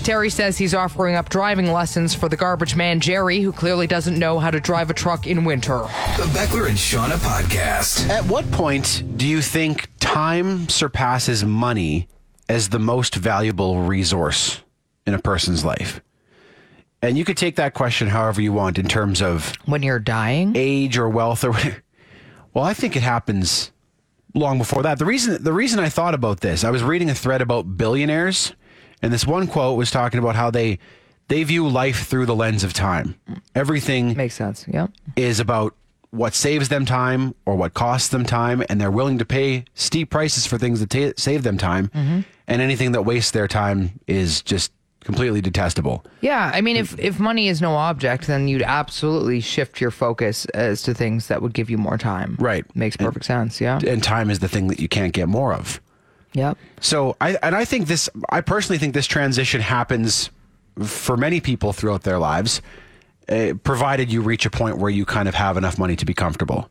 Speaker 4: Terry says he's offering up driving lessons for the garbage man Jerry, who clearly doesn't know how to drive a truck in winter.
Speaker 2: The Beckler and Shauna podcast.
Speaker 3: At what point do you think time surpasses money as the most valuable resource in a person's life? And you could take that question however you want in terms of
Speaker 4: When you're dying?
Speaker 3: age or wealth or whatever. Well, I think it happens long before that. The reason the reason I thought about this, I was reading a thread about billionaires, and this one quote was talking about how they they view life through the lens of time. Everything
Speaker 4: Makes sense. Yep.
Speaker 3: is about what saves them time or what costs them time, and they're willing to pay steep prices for things that ta save them time. And anything that wastes their time is just completely detestable.
Speaker 4: Yeah, I mean, if if money is no object, then you'd absolutely shift your focus as to things that would give you more time.
Speaker 3: Right.
Speaker 4: makes
Speaker 3: And-
Speaker 4: perfect sense. Yeah,
Speaker 3: And time is the thing that you can't get more of.
Speaker 4: yep.
Speaker 3: So I and I think this I personally think this transition happens for many people throughout their lives, uh, provided you reach a point where you kind of have enough money to be comfortable.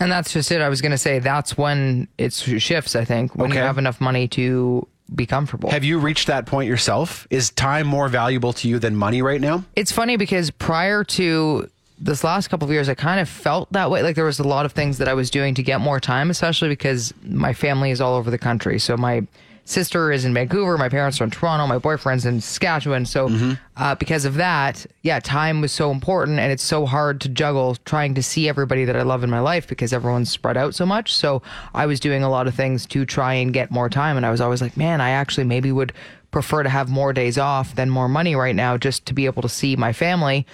Speaker 4: And that's just it. I was gonna say that's when it sh- shifts. I think when you
Speaker 3: Okay.
Speaker 4: have enough money to be comfortable.
Speaker 3: Have you reached that point yourself? Is time more valuable to you than money right now?
Speaker 4: it's funny because prior to this last couple of years, I kind of felt that way. Like there was a lot of things that I was doing to get more time, especially because my family is all over the country. So my sister is in Vancouver, my parents are in Toronto, my boyfriend's in Saskatchewan. So uh, because of that, yeah, time was so important, and it's so hard to juggle trying to see everybody that I love in my life because everyone's spread out so much. So I was doing a lot of things to try and get more time, and I was always like, man, I actually maybe would prefer to have more days off than more money right now just to be able to see my family.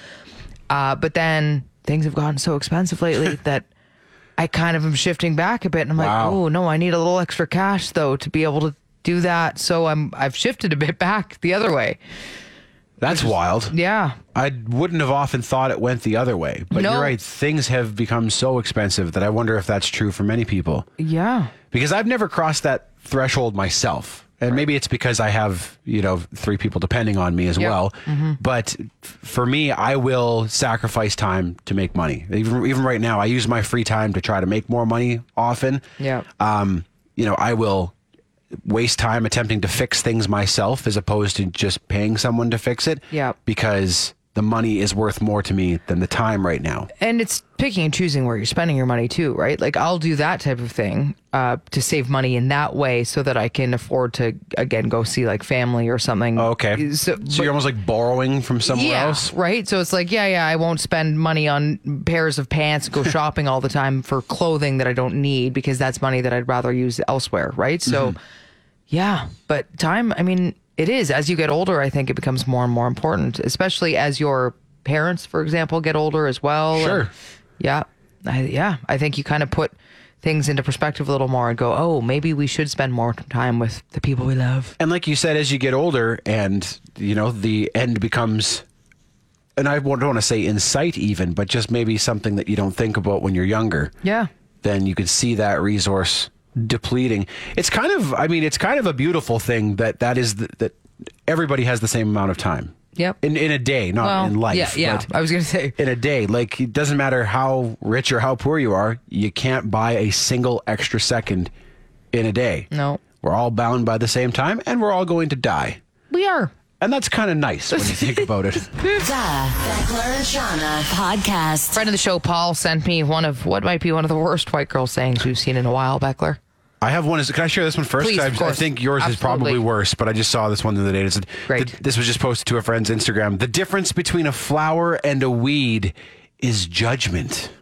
Speaker 4: Uh, but then things have gotten so expensive lately that I kind of am shifting back a bit, and I'm
Speaker 3: Wow.
Speaker 4: like, oh no, I need a little extra cash though to be able to do that. So I'm I've shifted a bit back the other way.
Speaker 3: That's wild.
Speaker 4: Yeah,
Speaker 3: I wouldn't have often thought it went the other way, but
Speaker 4: No.
Speaker 3: you're right. Things have become so expensive that I wonder if that's true for many people.
Speaker 4: yeah,
Speaker 3: because I've never crossed that threshold myself. And maybe it's because I have, you know, three people depending on me as
Speaker 4: Yeah. Mm-hmm.
Speaker 3: well. But f- for me, I will sacrifice time to make money. Even even right now, I use my free time to try to make more money often.
Speaker 4: Yeah.
Speaker 3: Um, you know, I will waste time attempting to fix things myself as opposed to just paying someone to fix it.
Speaker 4: Yeah.
Speaker 3: Because the money is worth more to me than the time right now.
Speaker 4: and it's picking and choosing where you're spending your money too, right? Like I'll do that type of thing uh, to save money in that way, so that I can afford to again go see like family or something.
Speaker 3: Oh, Okay. So,
Speaker 4: So, but-
Speaker 3: you're almost like borrowing from somewhere
Speaker 4: yeah,
Speaker 3: else.
Speaker 4: Right. So it's like, yeah, yeah, I won't spend money on pairs of pants, go shopping all the time for clothing that I don't need because that's money that I'd rather use elsewhere. Right.
Speaker 3: Mm-hmm.
Speaker 4: So, yeah. But time, I mean, it is. As you get older, I think it becomes more and more important, especially as your parents, for example, get older as well. And
Speaker 3: Sure.
Speaker 4: yeah. I, yeah. I think you kind of put things into perspective a little more and go, oh, maybe we should spend more time with the people we love.
Speaker 3: and like you said, as you get older, and you know the end becomes, and I won't- don't want to say in sight even, but just maybe something that you don't think about when you're younger.
Speaker 4: Yeah.
Speaker 3: Then you could see that resource depleting. It's kind of, I mean, it's kind of a beautiful thing that that is the, that everybody has the same amount of time.
Speaker 4: Yep.
Speaker 3: In in a day, not
Speaker 4: Well,
Speaker 3: in life.
Speaker 4: yeah, yeah.
Speaker 3: but
Speaker 4: I was gonna say.
Speaker 3: in a day. Like it doesn't matter how rich or how poor you are, you can't buy a single extra second in a day.
Speaker 4: No.
Speaker 3: We're all bound by the same time, and we're all going to die.
Speaker 4: We are.
Speaker 3: And that's kind of nice when you think about it.
Speaker 1: The Beckler and Shauna podcast.
Speaker 4: Friend of the show, Paul, sent me one of what might be one of the worst white girl sayings we've seen in a while, Beckler.
Speaker 3: I have one. Can I share this one first?
Speaker 4: Please,
Speaker 3: I,
Speaker 4: of
Speaker 3: I
Speaker 4: course.
Speaker 3: think yours is
Speaker 4: Absolutely.
Speaker 3: probably worse, but I just saw this one the other day. It said,
Speaker 4: Great.
Speaker 3: th- this was just posted to a friend's Instagram. The difference between a flower and a weed is judgment.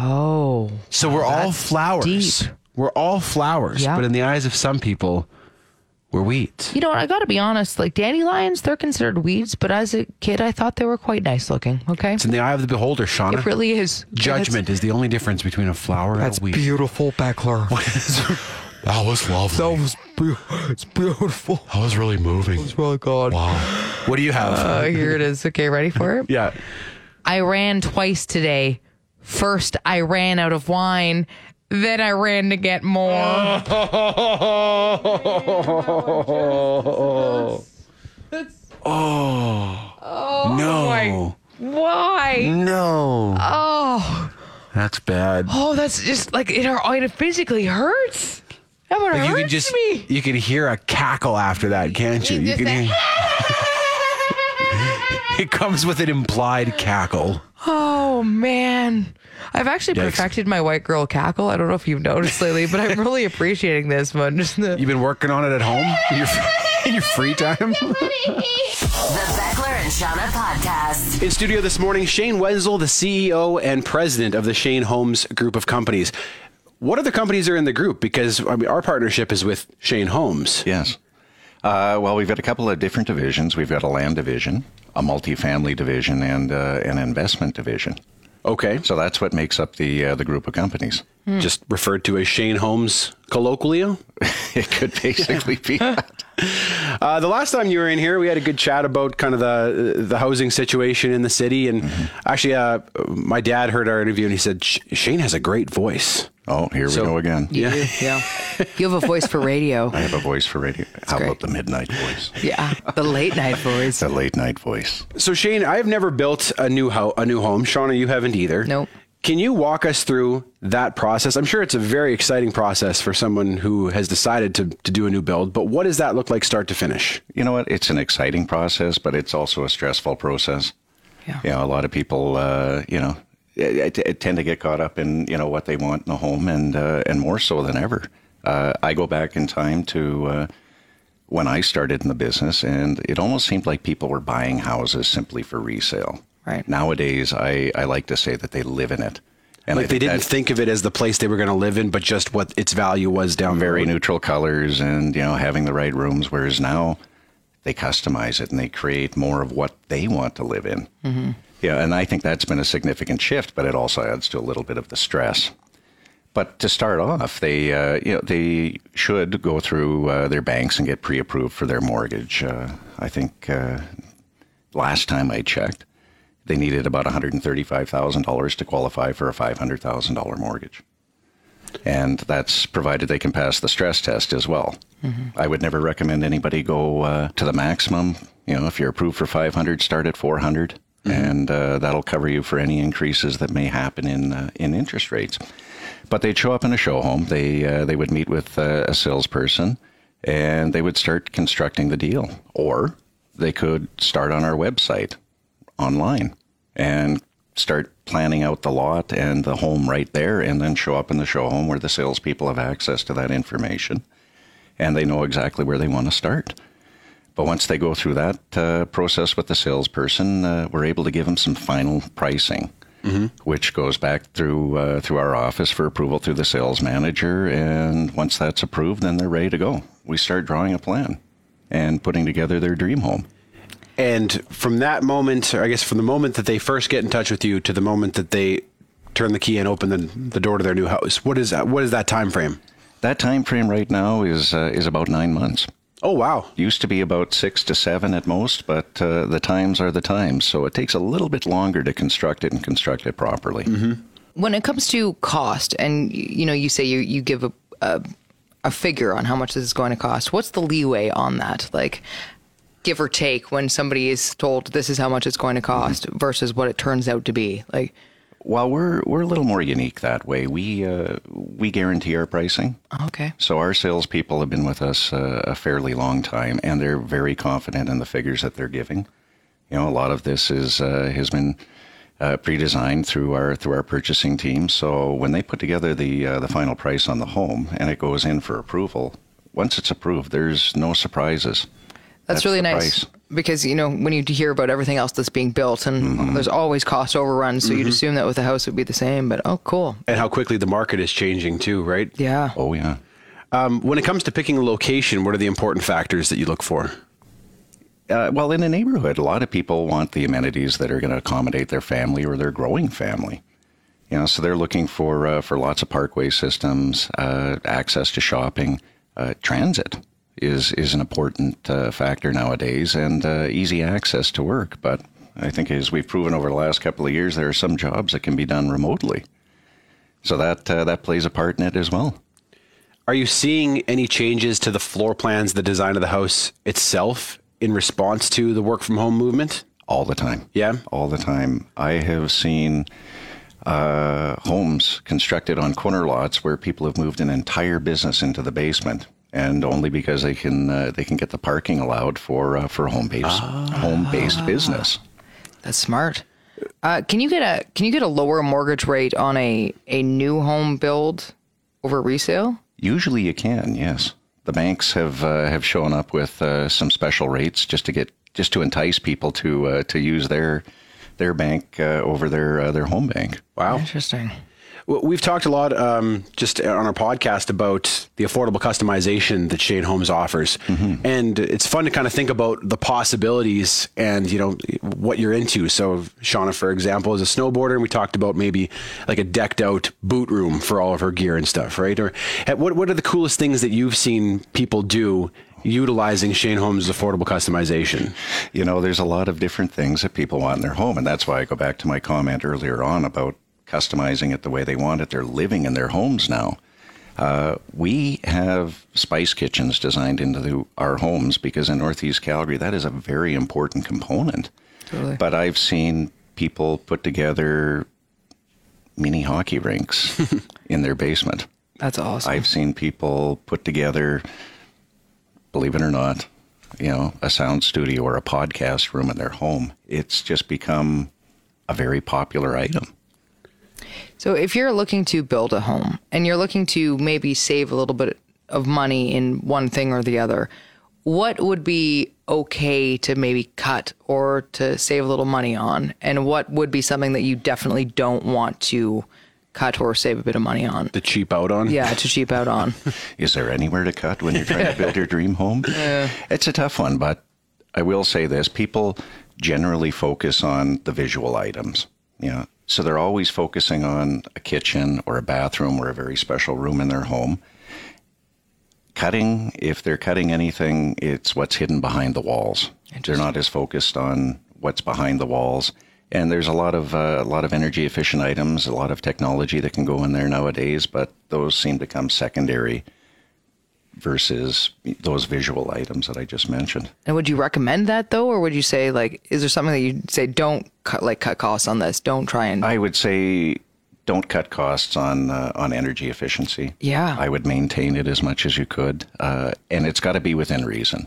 Speaker 4: Oh.
Speaker 3: So we're all flowers.
Speaker 4: deep.
Speaker 3: We're all flowers,
Speaker 4: Yeah.
Speaker 3: but in the eyes of some people, we're weeds.
Speaker 4: You know what? I got to be honest. Like dandelions, they're considered weeds, but as a kid, I thought they were quite nice looking. Okay.
Speaker 3: It's in the eye of the beholder, Shauna.
Speaker 4: It really is.
Speaker 3: judgment is the only difference between a flower and a weed.
Speaker 6: beautiful, Beckler.
Speaker 3: that was lovely.
Speaker 6: That was beau- it's beautiful.
Speaker 3: that was really moving.
Speaker 6: It's really good. Uh,
Speaker 3: Wow. What do you have?
Speaker 4: Oh, here it is. Okay, ready for it?
Speaker 3: yeah.
Speaker 4: I ran twice today. First, I ran out of wine. Then I ran to get more. Oh.
Speaker 3: no.
Speaker 4: Why?
Speaker 3: No.
Speaker 4: Oh,
Speaker 3: That's bad.
Speaker 4: oh, that's just like it. hurt- It physically hurts. That would
Speaker 3: Like,
Speaker 4: hurt
Speaker 3: you can just
Speaker 4: me.
Speaker 3: you can hear a cackle after that, can't you? You
Speaker 4: just
Speaker 3: can
Speaker 4: say,
Speaker 3: hear, it comes with an implied cackle.
Speaker 4: Oh man. I've actually
Speaker 3: Yikes.
Speaker 4: perfected my white girl cackle. I don't know if you've noticed lately, but I'm really appreciating this one. Just the-
Speaker 3: You've been working on it at home in your, in your free time.
Speaker 1: The Beckler and Shauna podcast.
Speaker 3: In studio this morning, Shane Wenzel, the CEO and president of the Shane Holmes Group of Companies. What other companies are in the group? Because I mean, our partnership is with Shane Holmes.
Speaker 7: Yes. Uh, well, we've got a couple of different divisions. We've got a land division, a multifamily division, and uh, an investment division.
Speaker 3: Okay,
Speaker 7: So that's what makes up the uh, the group of companies.
Speaker 3: just referred to as Shane Holmes colloquially.
Speaker 7: It could basically be that.
Speaker 3: Uh, the last time you were in here, we had a good chat about kind of the the housing situation in the city, and
Speaker 7: Mm-hmm.
Speaker 3: actually, uh, my dad heard our interview and he said "Sh- Shane has a great voice.
Speaker 7: Oh, here
Speaker 3: So-
Speaker 7: we go again.
Speaker 3: Yeah.
Speaker 4: yeah. You have a voice for radio.
Speaker 7: I have a voice for radio. How
Speaker 4: great.
Speaker 7: about the midnight voice?
Speaker 4: Yeah. The late night voice.
Speaker 7: The late night voice.
Speaker 3: So Shane, I have never built a new ho- a new home. Shauna, you haven't either.
Speaker 4: Nope.
Speaker 3: Can you walk us through that process? I'm sure it's a very exciting process for someone who has decided to to do a new build. But what does that look like, start to finish?
Speaker 7: You know what? It's an exciting process, but it's also a stressful process.
Speaker 4: Yeah.
Speaker 7: You know, a lot of people, uh, you know, eh, eh, tend to get caught up in you know what they want in a home, and uh, and more so than ever. Uh, I go back in time to uh, when I started in the business, and it almost seemed like people were buying houses simply for resale.
Speaker 4: Right.
Speaker 7: Nowadays, I I like to say that they live in it, and
Speaker 3: Like
Speaker 7: I
Speaker 3: they
Speaker 7: think
Speaker 3: didn't
Speaker 7: that-
Speaker 3: think of it as the place they were going to live in, but just what its value was down
Speaker 7: very
Speaker 3: the road.
Speaker 7: neutral colors and you know having the right rooms whereas now they customize it and they create more of what they want to live in yeah and i think that's been a significant shift but it also adds to a little bit of the stress but to start off they uh, you know they should go through uh, their banks and get pre-approved for their mortgage uh, i think uh, last time i checked they needed about $135,000 to qualify for a $500,000 mortgage and that's provided they can pass the stress test as well. I would never recommend anybody go uh, to the maximum. You know, if you're approved for 500, start at 400, and uh, that'll cover you for any increases that may happen in uh, in interest rates. But they'd show up in a show home. They uh, they would meet with uh, a salesperson, and they would start constructing the deal, or they could start on our website online and start planning out the lot and the home right there and then show up in the show home where the salespeople have access to that information and they know exactly where they want to start. But once they go through that uh, process with the salesperson, uh, we're able to give them some final pricing, which goes back through uh, through our office for approval through the sales manager. And once that's approved, then they're ready to go. We start drawing a plan and putting together their dream home.
Speaker 3: And from that moment, or I guess from the moment that they first get in touch with you to the moment that they turn the key and open the, the door to their new house, what is that, what is that time frame?
Speaker 7: That time frame right now is uh, is about nine months.
Speaker 3: Oh wow,
Speaker 7: Used to be about six to seven at most, but uh, the times are the times, so it takes a little bit longer to construct it and construct it properly.
Speaker 8: when it comes to cost and y- you know you say you, you give a,
Speaker 4: a, a figure on how much this is going to cost? What's the leeway on that? Like, give or take when somebody is told this is how much it's going to cost
Speaker 3: Mm-hmm.
Speaker 4: versus what it turns out to be. Like,
Speaker 7: Well, we're we're a little more unique that way. We uh, we guarantee our pricing.
Speaker 4: okay,
Speaker 7: So our salespeople have been with us uh, a fairly long time, and they're very confident in the figures that they're giving. You know, a lot of this is uh, has been uh, pre-designed through our through our purchasing team. So when they put together the uh, the final price on the home and it goes in for approval, once it's approved, there's no surprises.
Speaker 4: that's,
Speaker 7: That's
Speaker 4: really
Speaker 7: the
Speaker 4: nice.
Speaker 7: price.
Speaker 4: Because you know when you hear about everything else that's being built, and
Speaker 3: Mm-hmm.
Speaker 4: there's always cost overruns, so you'd assume that with a house it would be the same. But oh, cool,
Speaker 3: And how quickly the market is changing too, right?
Speaker 4: yeah.
Speaker 7: Oh yeah,
Speaker 3: Um, when it comes to picking a location, what are the important factors that you look for?
Speaker 7: uh, well, in a neighborhood, a lot of people want the amenities that are going to accommodate their family or their growing family. You know, so they're looking for uh, for lots of parkway systems, uh, access to shopping, uh, transit is is an important uh, factor nowadays, and uh, easy access to work. But I think as we've proven over the last couple of years, there are some jobs that can be done remotely, so that uh, that plays a part in it as well.
Speaker 3: Are you seeing any changes to the floor plans, the design of the house itself in response to the work from home movement?
Speaker 7: all the time.
Speaker 3: Yeah?
Speaker 7: all the time. I have seen uh, homes constructed on corner lots where people have moved an entire business into the basement, and only because they can uh, they can get the parking allowed for uh, for home based home based business.
Speaker 4: That's smart. Uh, can you get a can you get a lower mortgage rate on a a new home build over resale?
Speaker 7: Usually, you can. Yes, the banks have uh, have shown up with uh, some special rates just to get just to entice people to uh, to use their their bank uh, over their uh, their home bank.
Speaker 3: Wow.
Speaker 4: Interesting.
Speaker 3: Well, We've talked a lot um, just on our podcast about the affordable customization that Shade Homes offers, and it's fun to kind of think about the possibilities and you know what you're into. So, Shauna, for example, is a snowboarder, and we talked about maybe like a decked out boot room for all of her gear and stuff, right? Or eh, what what are the coolest things that you've seen people do utilizing Shane Homes' affordable customization?
Speaker 7: you know, there's a lot of different things that people want in their home. And that's why I go back to my comment earlier on about customizing it the way they want it. They're living in their homes now. Uh, we have spice kitchens designed into the, our homes because in Northeast Calgary, that is a very important component.
Speaker 4: Totally.
Speaker 7: But I've seen people put together mini hockey rinks in their basement.
Speaker 4: That's awesome.
Speaker 7: I've seen people put together, believe it or not, you know, a sound studio or a podcast room in their home. It's just become a very popular item.
Speaker 4: so if you're looking to build a home and you're looking to maybe save a little bit of money in one thing or the other, what would be okay to maybe cut or to save a little money on, and what would be something that you definitely don't want to cut or save a bit of money on?
Speaker 3: The cheap out on,
Speaker 4: Yeah, to cheap out on.
Speaker 7: Is there anywhere to cut when you're trying to build your dream home? It's a tough one, but I will say this people generally focus on the visual items. You know, so they're always focusing on a kitchen or a bathroom or a very special room in their home. Cutting, if they're cutting anything, it's what's hidden behind the walls. They're not as focused on what's behind the walls. And there's a lot of uh, a lot of energy efficient items, a lot of technology that can go in there nowadays, but those seem to come secondary versus those visual items that I just mentioned.
Speaker 4: And would you recommend that though, or would you say like, is there something that you would say don't cut like cut costs on this? Don't try and
Speaker 7: I would say don't cut costs on uh, on energy efficiency.
Speaker 4: Yeah.
Speaker 7: I would maintain it as much as you could, uh, and it's got to be within reason.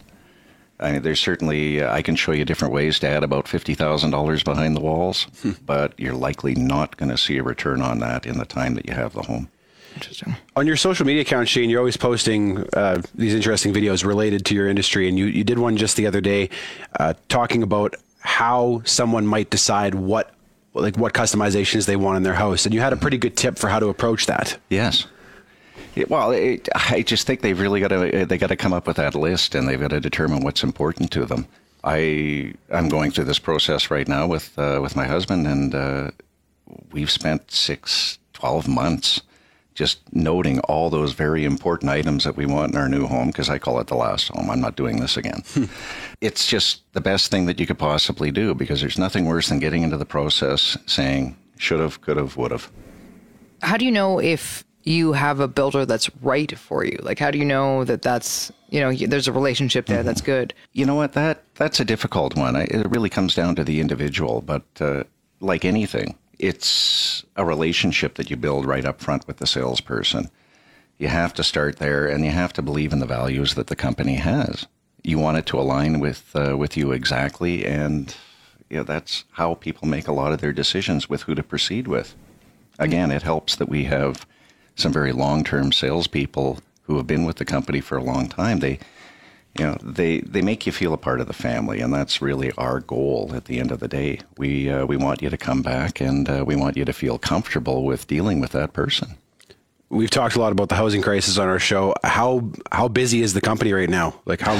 Speaker 7: I mean, there's certainly uh, I can show you different ways to add about fifty thousand dollars behind the walls,
Speaker 4: Hmm.
Speaker 7: but you're likely not going to see a return on that in the time that you have the home.
Speaker 4: interesting.
Speaker 3: on your social media account, Shane, you're always posting uh, these interesting videos related to your industry, and you, you did one just the other day uh, talking about how someone might decide what like what customizations they want in their house, and you had a pretty good tip for how to approach that.
Speaker 7: Yes. Yeah, well, it, I just think they've really got to they got to come up with that list, and they've got to determine what's important to them. I I'm going through this process right now with uh, with my husband, and uh, we've spent six, 12 months just noting all those very important items that we want in our new home because I call it the last home. I'm not doing this again. it's just the best thing that you could possibly do because there's nothing worse than getting into the process saying should have, could have, would have.
Speaker 4: How do you know if
Speaker 8: you have a builder that's right for you? Like, how do you know that that's, you know, y- there's a relationship there that's good?
Speaker 7: You know what? That that's a difficult one. I, it really comes down to the individual, but uh, like anything, it's a relationship that you build right up front with the salesperson. You have to start there, and you have to believe in the values that the company has. You want it to align with uh, with you exactly, and you know that's how people make a lot of their decisions with who to proceed with. Again, it helps that we have some very long term salespeople who have been with the company for a long time. They you know they they make you feel a part of the family and that's really our goal at the end of the day we uh, we want you to come back and uh, we want you to feel comfortable with dealing with that person
Speaker 3: We've talked a lot about the housing crisis on our show. How how busy is the company right now? Like how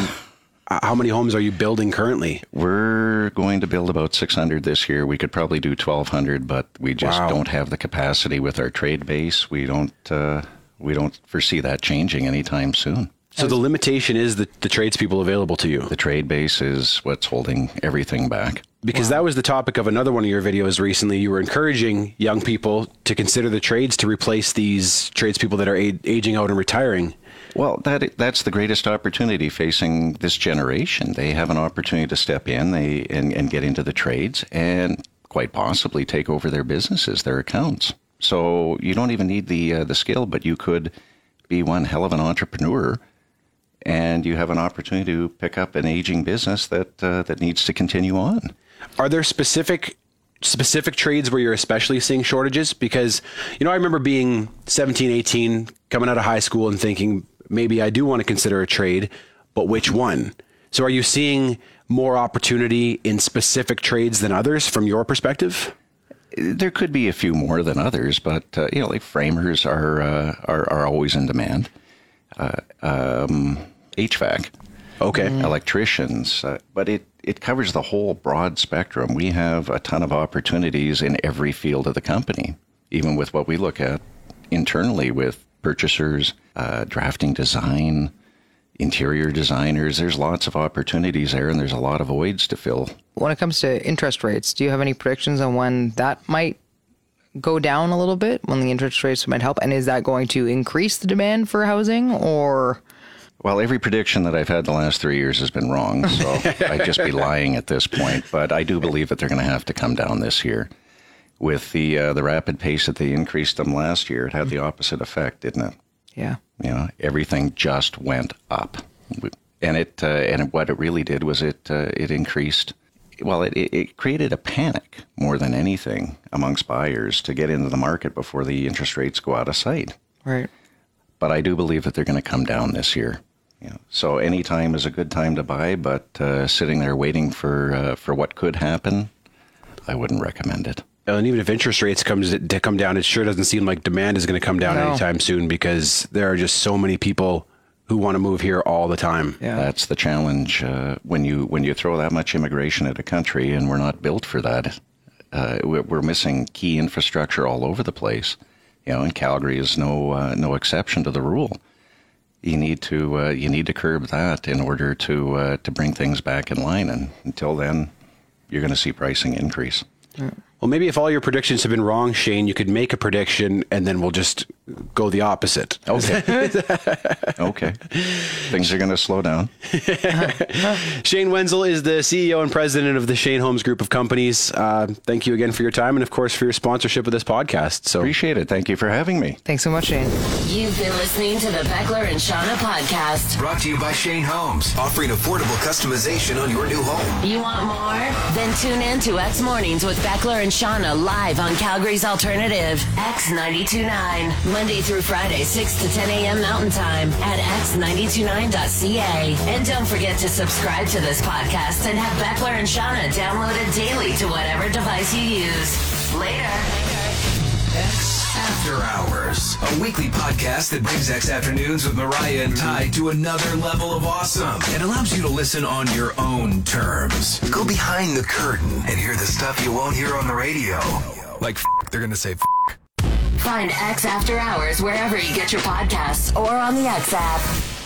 Speaker 3: how many homes are you building currently?
Speaker 7: we're going to build about 600 this year we could probably do 1200 but we just
Speaker 3: Wow.
Speaker 7: don't have the capacity with our trade base we don't uh, we don't foresee that changing anytime soon
Speaker 3: So the limitation is the, the tradespeople available to you.
Speaker 7: the trade base is what's holding everything back
Speaker 3: Because that was the topic of another one of your videos recently. You were encouraging young people to consider the trades to replace these tradespeople that are a- aging out and retiring.
Speaker 7: Well, that that's the greatest opportunity facing this generation. They have an opportunity to step in, they and, and get into the trades, and quite possibly take over their businesses, their accounts. So you don't even need the uh, the skill, but you could be one hell of an entrepreneur, and you have an opportunity to pick up an aging business that uh, that needs to continue on.
Speaker 3: Are there specific specific trades where you're especially seeing shortages? Because you know, I remember being 17, 18, coming out of high school and thinking maybe I do want to consider a trade, but which one? So are you seeing more opportunity in specific trades than others from your perspective?
Speaker 7: there could be a few more than others, but uh, you know, like framers are uh, are, are always in demand. Uh, um, HVAC,
Speaker 3: Okay.
Speaker 7: electricians, uh, but it it covers the whole broad spectrum. We have a ton of opportunities in every field of the company, even with what we look at internally with purchasers, uh, drafting design, interior designers. There's lots of opportunities there, and there's a lot of voids to fill.
Speaker 8: When it comes to interest rates, do you have any predictions on when that might go down a little bit, when the interest rates might help? And is that going to increase the demand for housing or?
Speaker 7: Well, every prediction that I've had the last three years has been wrong, so I'd just be lying at this point. But I do believe that they're going to have to come down this year. With the uh, the rapid pace that they increased them last year, it had the opposite effect, didn't it?
Speaker 8: Yeah.
Speaker 7: You know, everything just went up, and it uh, and what it really did was it uh, it increased. Well, it, it- it created a panic more than anything amongst buyers to get into the market before the interest rates go out of sight
Speaker 8: Right.
Speaker 7: but I do believe that they're going to come down this year. You know, so any time is a good time to buy, but uh, sitting there waiting for uh, for what could happen, I wouldn't recommend it.
Speaker 3: and even if interest rates comes to come down, it sure doesn't seem like demand is going to come down
Speaker 8: No.
Speaker 3: anytime soon because there are just so many people who want to move here all the time.
Speaker 8: Yeah.
Speaker 7: That's the challenge uh, when you when you throw that much immigration at a country, and we're not built for that. Uh, we're, we're missing key infrastructure all over the place. You know, and Calgary is no uh, no exception to the rule. You need to uh, you need to curb that in order to uh, to bring things back in line. And until then, you're going to see pricing increase.
Speaker 3: Well, maybe if all your predictions have been wrong, Shane, you could make a prediction and then we'll just go the opposite.
Speaker 7: Okay. okay. Things are going to slow down.
Speaker 3: Shane Wenzel is the CEO and president of the Shane Holmes Group of Companies. Uh, thank you again for your time and, of course, for your sponsorship of this podcast. So
Speaker 7: Appreciate it. Thank you for having me.
Speaker 8: Thanks so much, Shane.
Speaker 1: You've been listening to the Beckler and Shauna podcast.
Speaker 2: Brought to you by Shane Holmes, offering affordable customization on your new home.
Speaker 1: You want more? Then tune in to X Mornings with Beckler and Shauna live on Calgary's Alternative, X929, Monday through Friday, 6 to 10 a.m. Mountain Time at x929.ca. And don't forget to subscribe to this podcast and have Beckler and Shauna downloaded daily to whatever device you use. Later.
Speaker 2: X After Hours, a weekly podcast that brings X Afternoons with Mariah and Ty to another level of awesome and allows you to listen on your own terms. Go behind the curtain and hear the stuff you won't hear on the radio. Like, f- they're going to say f-
Speaker 1: Find X After Hours wherever you get your podcasts or on the X app.